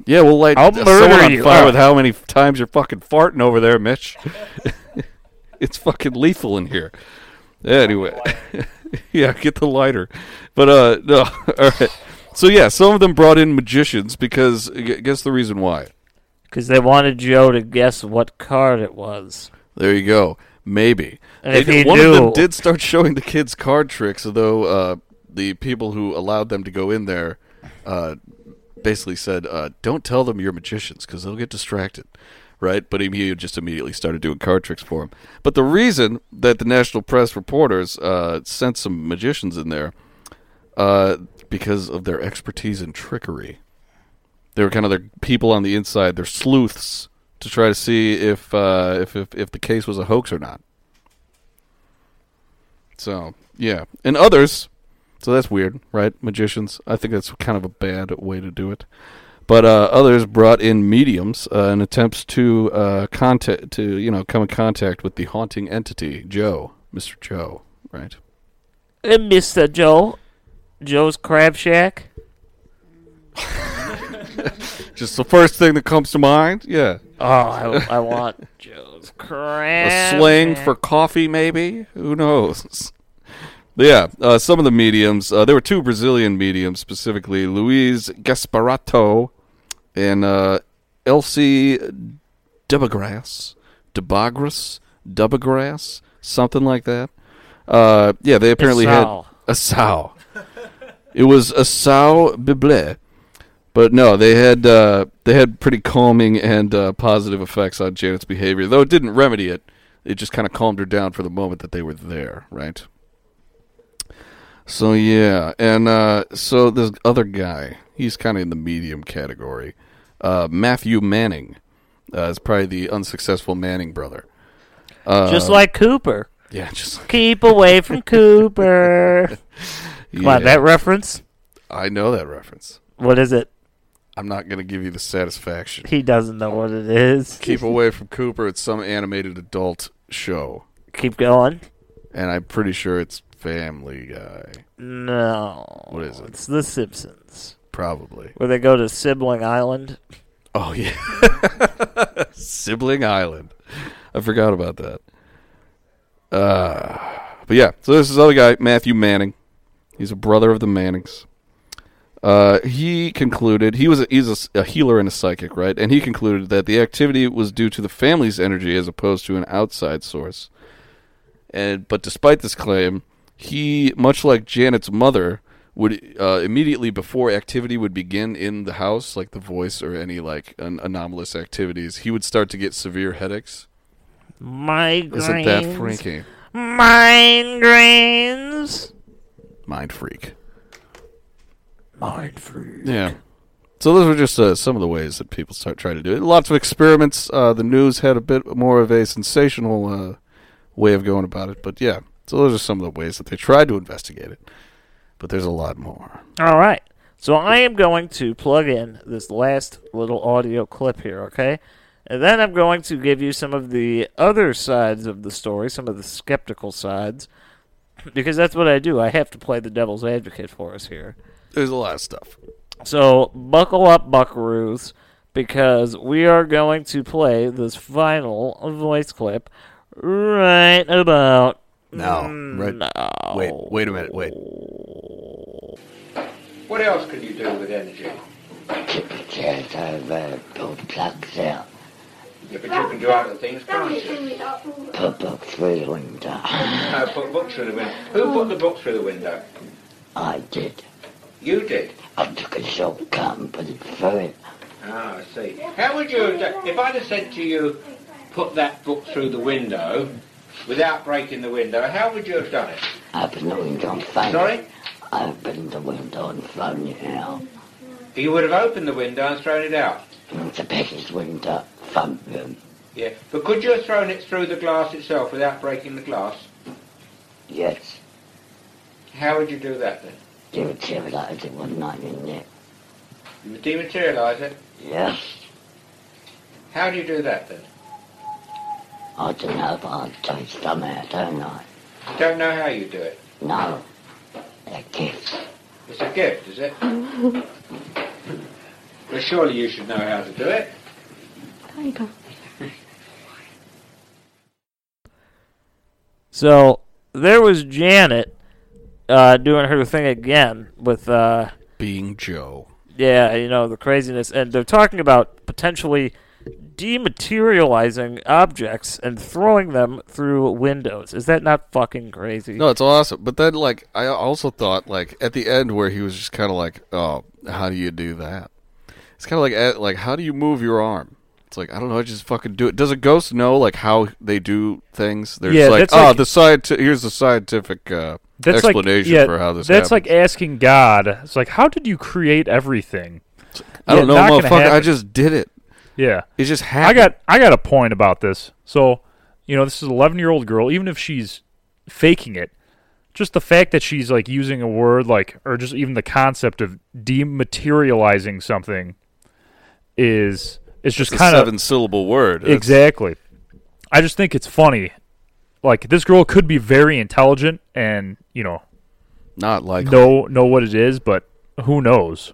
Yeah, well, like I'll uh, murder someone on you. fire Uh. with how many times you're fucking farting over there, Mitch. [laughs] it's fucking lethal in here. Anyway, [laughs] yeah, get the lighter. But uh, no, [laughs] all right. So yeah, some of them brought in magicians because gu- guess the reason why. Because they wanted Joe to guess what card it was. There you go. Maybe. And They if did- he one of them knew- did start showing the kids card tricks, although uh, the people who allowed them to go in there uh, basically said, uh, "Don't tell them you're magicians because they'll get distracted." Right, but he- he just immediately started doing card tricks for him. But the reason that the national press reporters uh, sent some magicians in there uh, because of their expertise in trickery they were kind of the people on the inside, they're sleuths to try to see if uh, if, if if the case was a hoax or not. So yeah, and others. So that's weird, right? Magicians. I think that's kind of a bad way to do it. But uh, others brought in mediums uh, in attempts to uh, contact to you know come in contact with the haunting entity, Joe, Mister Joe, right? And Mr. Joe. Joe's Crab Shack. Just the first thing that comes to mind. Yeah, Oh, I, I [laughs] want Joe's Crab a slang Shack. for coffee, maybe. Who knows? [laughs] But yeah, uh, some of the mediums. Uh, there were two Brazilian mediums specifically, Luiz Gasparato and uh, Elsie Debagras, Debagras, Debagras, something like that. Uh, yeah, they apparently Esau. had a sow. it was a sow bible. But no, they had uh, they had pretty calming and uh, positive effects on Janet's behavior, though it didn't remedy it. It just kind of calmed her down for the moment that they were there, right? So yeah, and uh, so this other guy, he's kind of in the medium category. Uh, Matthew Manning uh, is probably the unsuccessful Manning brother. Just like Cooper. Yeah, just like, Keep away from [laughs] Cooper. Come on, yeah, that reference. I know that reference. What is it? I'm not going to give you the satisfaction. He doesn't know what it is. Keep away from Cooper. It's some animated adult show, Keep going. and I'm pretty sure it's Family Guy, No. What is it? It's The Simpsons. probably. Where they go to Sibling Island. Oh yeah, [laughs] Sibling Island. I forgot about that. Uh, but yeah, so this is other guy, Matthew Manning. He's a brother of the Mannings. Uh, he concluded he was a, he's a s- a, healer and a psychic, right? And he concluded that the activity was due to the family's energy as opposed to an outside source. And but despite this claim, he, much like Janet's mother, would uh, immediately before activity would begin in the house, like the voice or any like an anomalous activities, he would start to get severe headaches. Migraines. Isn't that freaky? Migraines. Mind freak. Mind free. Yeah. So those were just uh, some of the ways that people start trying to do it. Lots of experiments. Uh, the news had a bit more of a sensational uh, way of going about it, but yeah. So those are some of the ways that they tried to investigate it. But there's a lot more. All right. So I am going to plug in this last little audio clip here, okay? And then I'm going to give you some of the other sides of the story, some of the skeptical sides, because that's what I do. I have to play the devil's advocate for us here. There's a lot of stuff. So buckle up, buckaroos, because we are going to play this final voice clip right about No, right? Mm, Wait, wait a minute. Wait. What else can you do with energy? Yeah, Tip the chairs over, pull plugs out, but you can do other things, can't you? put books through the window. No, put books through the window. Who put the book through the window? I did. You did. I took a shortcut and put it through it. Ah, I see. How would you have done, if I'd have said to you, put that book through the window, without breaking the window, how would you have done it? Opened the window and phoned Sorry? I opened the window and thrown it out. You would have opened the window and thrown it out. And it's a package window, front room. Yeah. But could you have thrown it through the glass itself without breaking the glass? Yes. How would you do that then? They were terrorized. It was not in there. You would dematerialise it. Yes. How do you do that then? I don't know if I'll taste them out, don't I? You don't know how you do it. No. A gift. It's a gift, is it? Well, surely you should know how to do it. So there was Janet uh, doing her thing again with, uh, Being Joe. yeah, you know, the craziness. And they're talking about potentially dematerializing objects and throwing them through windows. Is that not fucking crazy? No, it's awesome. But then, like, I also thought, like, at the end where he was just kind of like, "Oh, how do you do that?" It's kind of like, eh, like, how do you move your arm? It's like I don't know. I just fucking do it. Does a ghost know like how they do things? They're Yeah, just like, that's oh, like- the science. Here's the scientific uh, That's like- explanation yeah, for how this. That's happens." like asking God. It's like, how did you create everything? I don't know, yeah, not gonna motherfucker. I happen. just did it. Yeah. It just I happened. got I got a point about this. So, you know, this is an 11 year old girl. Even if she's faking it, just the fact that she's like using a word like, or just even the concept of dematerializing something is is just it's a kind of seven syllable word. It's- exactly. I just think it's funny. Like this girl could be very intelligent and you know Not like know know what it is, but who knows?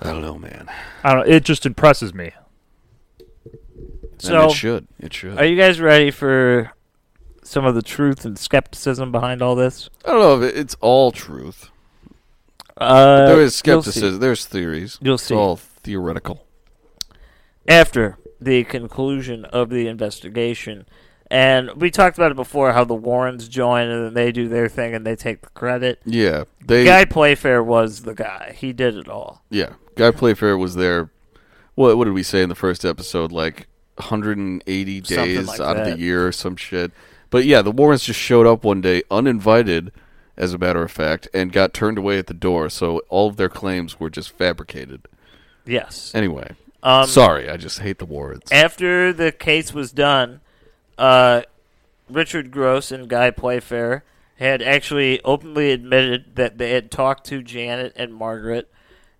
I don't know, man. I don't. It just impresses me. so and it should. It should. Are you guys ready for some of the truth and skepticism behind all this? I don't know if it- it's all truth. Uh, There is you'll see. skepticism. There's theories. You'll It's see. all theoretical. After the conclusion of the investigation, and we talked about it before how the Warrens join and then they do their thing and they take the credit. Yeah, they. Guy Playfair was the guy. He did it all. yeah, Guy Playfair was there. What What did we say in the first episode? Like 180 Something days like out of that. the year or some shit. But yeah, the Warrens just showed up one day uninvited, as a matter of fact, and got turned away at the door. So all of their claims were just fabricated. Yes. Anyway, Um, sorry, I just hate the Warrens. After the case was done, uh, Richard Gross and Guy Playfair had actually openly admitted that they had talked to Janet and Margaret,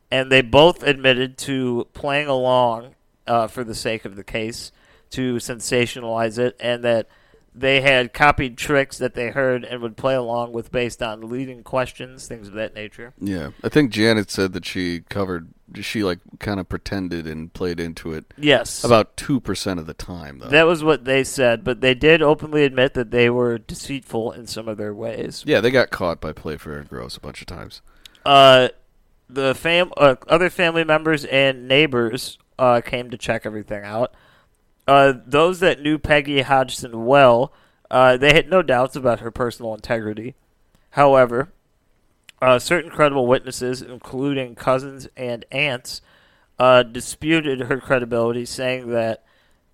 and they both admitted to playing along uh, for the sake of the case to sensationalize it, and that they had copied tricks that they heard and would play along with based on leading questions, things of that nature. Yeah, I think Janet said that she covered. She like kind of pretended and played into it Yes. about two percent of the time, though. That was what they said, but they did openly admit that they were deceitful in some of their ways. yeah, they got caught by Playfair and Gross a bunch of times. Uh, the fam, uh, other family members and neighbors uh, came to check everything out. Uh, those that knew Peggy Hodgson well, uh, they had no doubts about her personal integrity. However, uh, certain credible witnesses, including cousins and aunts, uh, disputed her credibility, saying that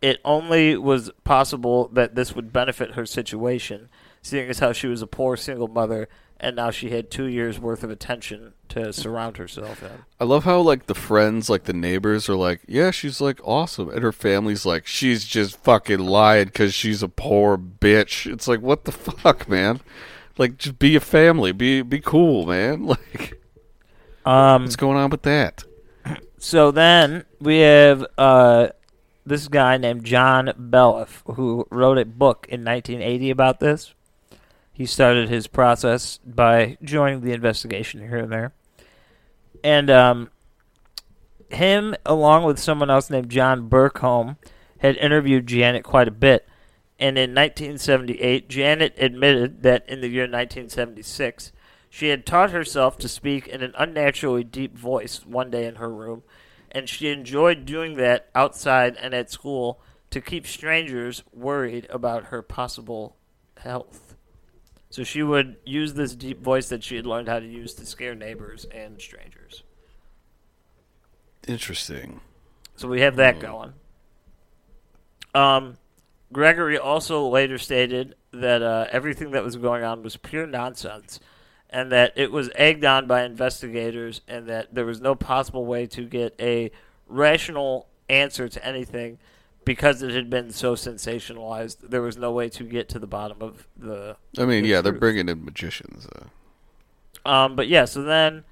it only was possible that this would benefit her situation, seeing as how she was a poor single mother and now she had two years worth of attention to surround herself in. I love how like the friends, like the neighbors, are like, "Yeah, she's like awesome," and her family's like, "She's just fucking lying because she's a poor bitch." It's like, what the fuck, man? Like, just be a family, be be cool, man. [laughs] Like, Um, what's going on with that? So then we have uh, this guy named John Belliff who wrote a book in 1980 about this. He started his process by joining the investigation here and there. And um, him, along with someone else named John Burkholm, had interviewed Janet quite a bit. And in 1978, Janet admitted that in the year 1976, she had taught herself to speak in an unnaturally deep voice one day in her room, and she enjoyed doing that outside and at school to keep strangers worried about her possible health. So she would use this deep voice that she had learned how to use to scare neighbors and strangers. Interesting. So we have that going. Um, Gregory also later stated that uh, everything that was going on was pure nonsense and that it was egged on by investigators and that there was no possible way to get a rational answer to anything because it had been so sensationalized. There was no way to get to the bottom of the I mean, the yeah, they're truth. bringing in magicians. Uh, Um, but yeah, so then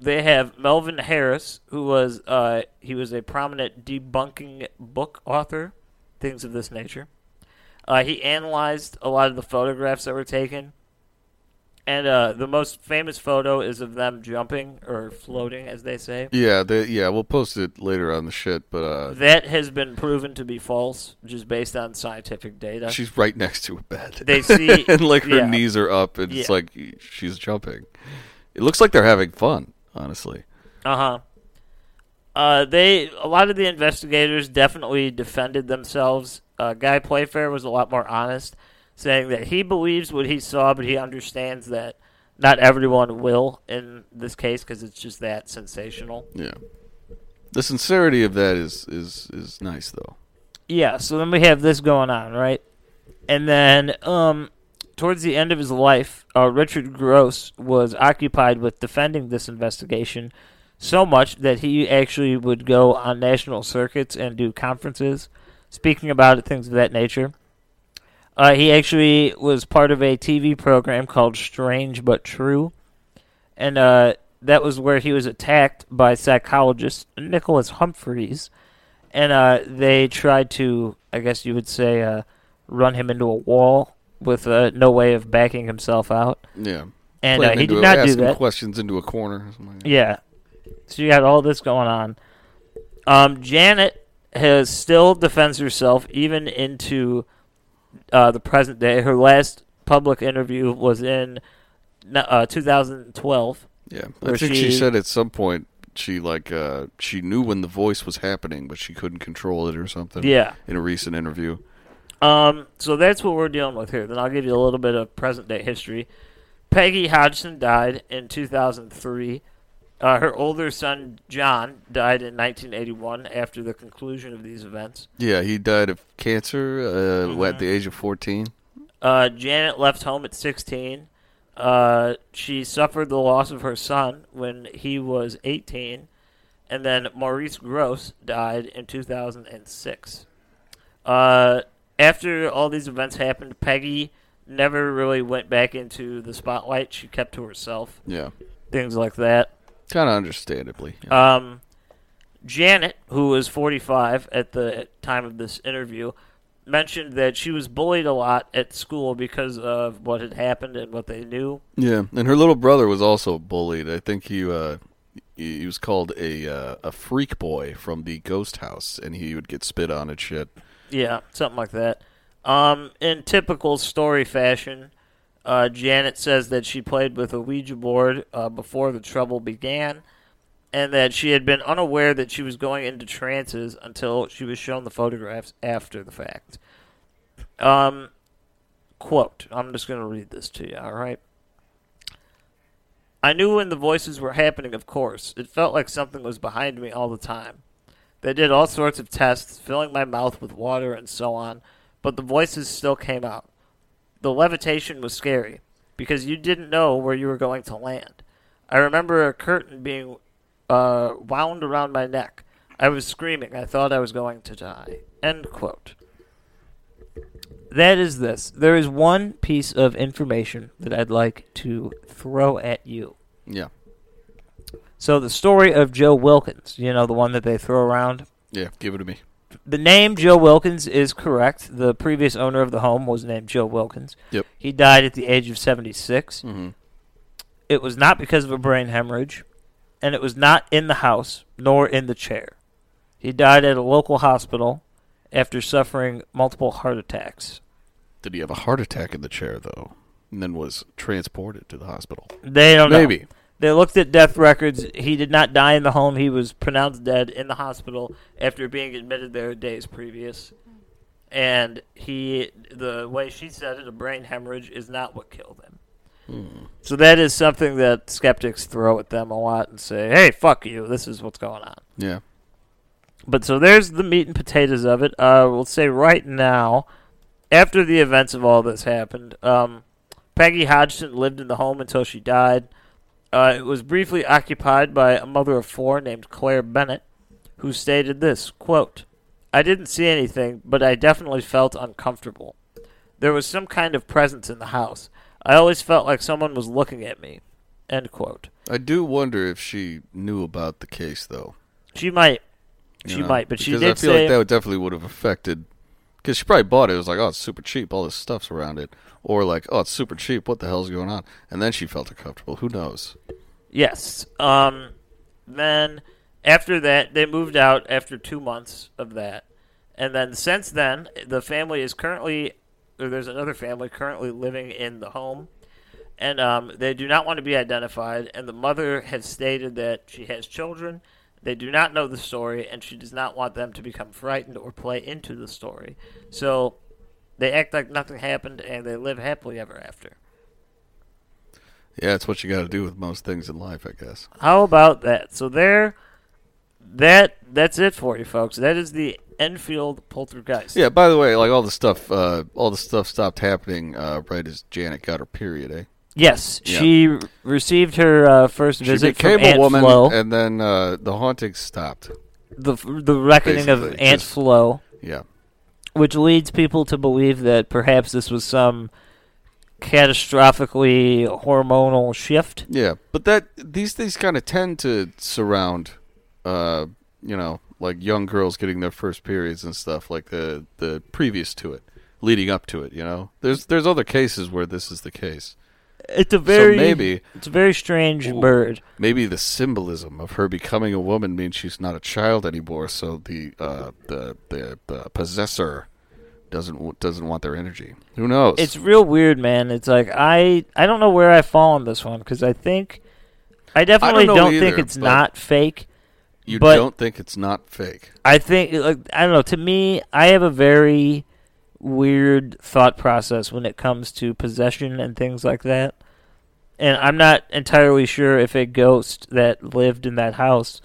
they have Melvin Harris, who was uh, he was a prominent debunking book author, things of this nature. Uh, he analyzed a lot of the photographs that were taken, and uh, the most famous photo is of them jumping or floating, as they say. yeah, they, yeah, we'll post it later on the shit, but uh, That has been proven to be false, just based on scientific data. she's right next to a bed. They see- [laughs] and like her yeah. knees are up, and it's Yeah. like she's jumping. It looks like they're having fun, honestly. Uh-huh. Uh They a lot of the investigators definitely defended themselves. Uh, Guy Playfair was a lot more honest, saying that he believes what he saw, but he understands that not everyone will in this case because it's just that sensational. Yeah. The sincerity of that is is is nice though. Yeah, so then we have this going on, right? And then um towards the end of his life, uh, Richard Gross was occupied with defending this investigation so much that he actually would go on national circuits and do conferences speaking about it, things of that nature. Uh, he actually was part of a TV program called Strange But True, and uh, that was where he was attacked by psychologist Nicholas Humphreys, and uh, they tried to, I guess you would say, uh, run him into a wall with uh, no way of backing himself out. Yeah. And Play uh, him he into did a- not ask do him that. questions into a corner. or something like that. Yeah. So you got all this going on. Um, Janet has still defends herself even into uh, the present day. Her last public interview was in uh, 2012. Yeah. I Where think she... she- said at some point she like uh she knew when the voice was happening but she couldn't control it or something. Yeah. In a recent interview. Um, so that's what we're dealing with here. Then I'll give you a little bit of present day history. Peggy Hodgson died in 2003. Uh, her older son, John, died in 1981 after the conclusion of these events. Yeah, he died of cancer uh Mm-hmm. what, at the age of 14. Uh, Janet left home at 16. Uh, she suffered the loss of her son when he was 18. And then Maurice Gross died in 2006. Uh, after all these events happened, Peggy never really went back into the spotlight. She kept to herself, Yeah. things like that. Kind of understandably. Um, Janet, who was 45 at the time of this interview, mentioned that she was bullied a lot at school because of what had happened and what they knew. Yeah, and her little brother was also bullied. I think he uh, he he was called a uh, a freak boy from the ghost house, and he would get spit on and shit. Yeah, something like that. Um, in typical story fashion, uh, Janet says that she played with a Ouija board uh, before the trouble began, and that she had been unaware that she was going into trances until she was shown the photographs after the fact. Um, quote I'm just going to read this to you, all right? I knew when the voices were happening, of course. It felt like something was behind me all the time. They did all sorts of tests, filling my mouth with water and so on, but the voices still came out. The levitation was scary, because you didn't know where you were going to land. I remember a curtain being uh, wound around my neck. I was screaming. I thought I was going to die. End quote. That is this. There is one piece of information that I'd like to throw at you. Yeah, So, the story of Joe Wilkins, you know, the one that they throw around yeah, give it to me. the name Joe Wilkins is correct. The previous owner of the home was named Joe Wilkins. Yep. He died at the age of 76. It was not because of a brain hemorrhage, and it was not in the house nor in the chair. He died at a local hospital after suffering multiple heart attacks. Did he have a heart attack in the chair though, and then was transported to the hospital? They don't know. Maybe. They looked at death records. He did not die in the home. He was pronounced dead in the hospital after being admitted there days previous. And he, the way she said it, a brain hemorrhage is not what killed him. So that is something that skeptics throw at them a lot and say, "Hey, fuck you! This is what's going on." Yeah, But so there's the meat and potatoes of it. Uh, we'll say right now, after the events of all this happened, um, Peggy Hodgson lived in the home until she died. Uh, it was briefly occupied by a mother of four named Claire Bennett, who stated this quote, I didn't see anything, but I definitely felt uncomfortable. There was some kind of presence in the house. I always felt like someone was looking at me. End quote. I do wonder if she knew about the case though. She might. you She know? might, but she Because did I feel say like that would definitely would have affected. Because she probably bought it. It was like, oh, it's super cheap. All this stuff's around it. Or like, oh, it's super cheap. What the hell's going on? And then she felt uncomfortable. Who knows? Yes. Um, then after that, they moved out after two months of that, and then since then, the family is currently, or there's another family currently living in the home, and um, they do not want to be identified. And the mother has stated that she has children. They do not know the story, and she does not want them to become frightened or play into the story. So they act like nothing happened, and they live happily ever after. Yeah, it's what you got to do with most things in life, I guess. How about that? So there, that that's it for you, folks. That is the Enfield Poltergeist. Yeah. By the way, like all the stuff, uh, all the stuff stopped happening uh, right as Janet got her period. Eh. Yes, Yeah. she r- received her uh, first She visit became from Aunt a woman, Flo. and then uh, the haunting stopped. the the reckoning of basically, Aunt just- Flo, Yeah. which leads people to believe that perhaps this was some catastrophically hormonal shift. Yeah. But that these things kind of tend to surround, uh, you know, like young girls getting their first periods and stuff, like the the previous to it, leading up to it. You know, there's there's other cases where this is the case. It's a very maybe- it's a very strange bird. Maybe the symbolism of her becoming a woman means she's not a child anymore, so the uh, the, the the possessor doesn't w- doesn't want their energy. Who knows? It's real weird, man. It's like I I don't know where I fall on this one because I think I definitely know don't, think either, it's but- not fake. you but- don't think it's not fake. I think like I don't know. To me, I have a very weird thought process when it comes to possession and things like that. And I'm not entirely sure if a ghost that lived in that house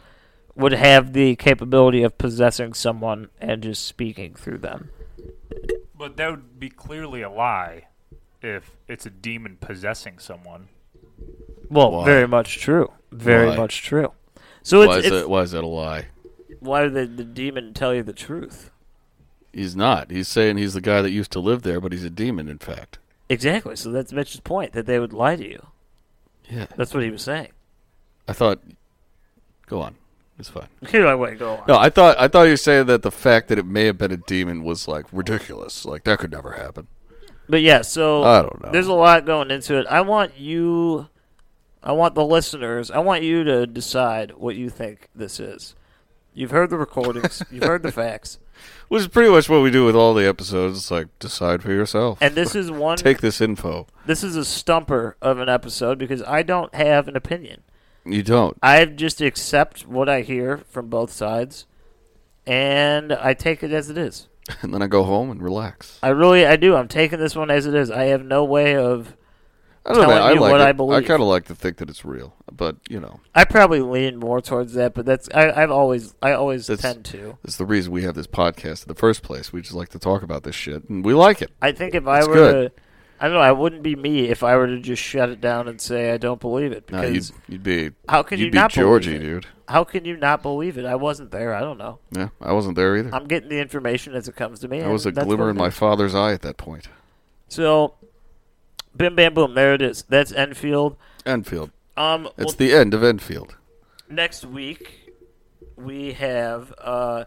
would have the capability of possessing someone and just speaking through them. But that would be clearly a lie if it's a demon possessing someone. Well, Why? very much true. Very Why? much true. So why it's, is it's that? Why is that a lie? why would the, the demon tell you the truth? He's not. He's saying he's the guy that used to live there, but he's a demon, in fact. Exactly. So that's Mitch's point that they would lie to you. Yeah. That's what he was saying. [laughs] I thought. Go on. It's fine. Here I went. Go on. No, I thought I thought you were saying that the fact that it may have been a demon was like ridiculous. Like that could never happen. But yeah, so I don't know. There's a lot going into it. I want you, I want the listeners, I want you to decide what you think this is. You've heard the [laughs] recordings, you've heard the facts, Which is pretty much what we do with all the episodes. It's like decide for yourself. and [laughs] this is one. Take this info. this is a stumper of an episode because I don't have an opinion. You don't. [laughs] I just accept what I hear from both sides, and I take it as it is. And then I go home and relax. I really, I do. I'm taking this one as it is. I have no way of. I don't know. Telling I you like what it. I believe. kind of like to think that it's real, but you know, I probably lean more towards that, but that's I, I've always I always That's- tend to. it's the reason we have this podcast in the first place. We just like to talk about this shit, and we like it. I think if I It's were good. to, I don't know, I wouldn't be me if I were to just shut it down and say I don't believe it. No, you'd, Because you'd be how can you'd you be not believe Georgie, it? dude. how can you not believe it? I wasn't there. I don't know. Yeah, I wasn't there either. I'm getting the information as it comes to me. I and was a that's glimmer what in it my is. father's eye at that point. So, bim bam boom. There it is. That's Enfield. Enfield. Um, It's well, the end of Enfield. next week we have uh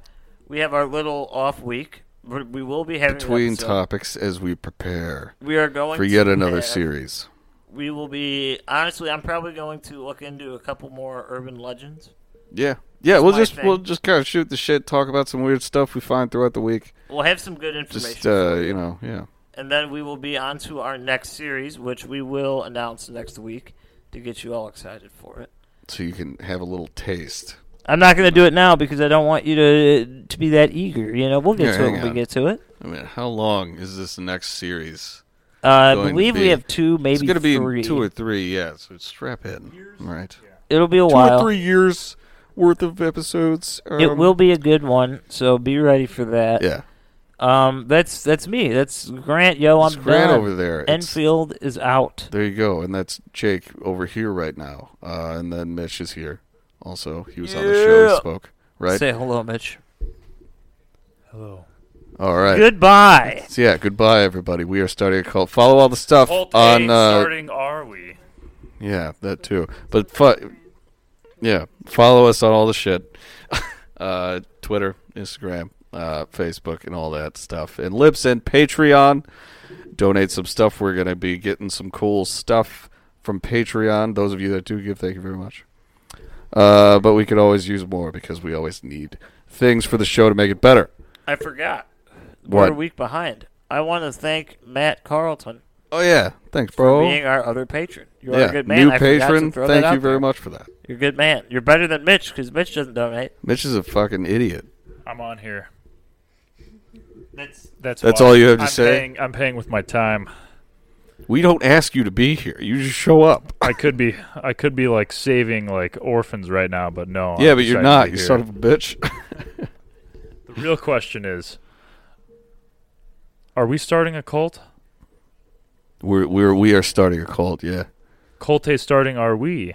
we have our little off week. We're- We will be having an Between episode. topics as we prepare We are going for yet to another have- series. We will be honestly. I'm probably going to look into a couple more urban legends. Yeah. Yeah, we'll my just thing. we'll just kind of shoot the shit, talk about some weird stuff we find throughout the week. We'll have some good information, Just uh, you know, yeah. and then we will be on to our next series, which we will announce next week to get you all excited for it. So you can have a little taste. I'm not going to do it now because I don't want you to to be that eager. You know, we'll get Yeah, to it hang when we on. get to it. I mean, how long is this next series? Uh, I Going to believe we be- have two, maybe it's going to be three. two or three, yeah. So strap in, right? It'll be a Two while. or three years worth of episodes. Um, It will be a good one, so be ready for that. Yeah, Um, that's that's me. That's Grant. Yo, I'm it's Grant done. over there. It's- Enfield is out. There you go, and that's Jake over here right now, uh, and then Mitch is here. Also, he was on the show Yeah. and spoke. Right. Say hello, Mitch. Hello. All right. Goodbye. So yeah, goodbye everybody. We are starting a cult. Follow all the stuff Cult on. eight Uh, starting are we? yeah, that too. But fu- yeah, follow us on all the shit. [laughs] uh, Twitter, Instagram, uh, Facebook, and all that stuff. And Lips and Patreon. Donate some stuff. We're gonna be getting some cool stuff from Patreon. Those of you that do give, thank you very much. Uh, but we could always use more because we always need things for the show to make it better. I forgot. We're What? a week behind. I want to thank Matt Carlton oh yeah, thanks, for bro. being our other patron. You're yeah, a good man. new I forgot patron. To throw Thank that you out very there. much for that. You're a good man. You're better than Mitch because Mitch doesn't donate. Mitch is a fucking idiot. I'm on here. That's That's That's why all you have to I'm say? Paying, I'm paying with my time. We don't ask you to be here. You just show up. I could be I could be like saving like orphans right now, but no. yeah, Oh, I'm but you're excited to not. be You here. son of a bitch. The real question is Are we starting a cult? we're we're we are starting a cult. Yeah. Cult A starting are we?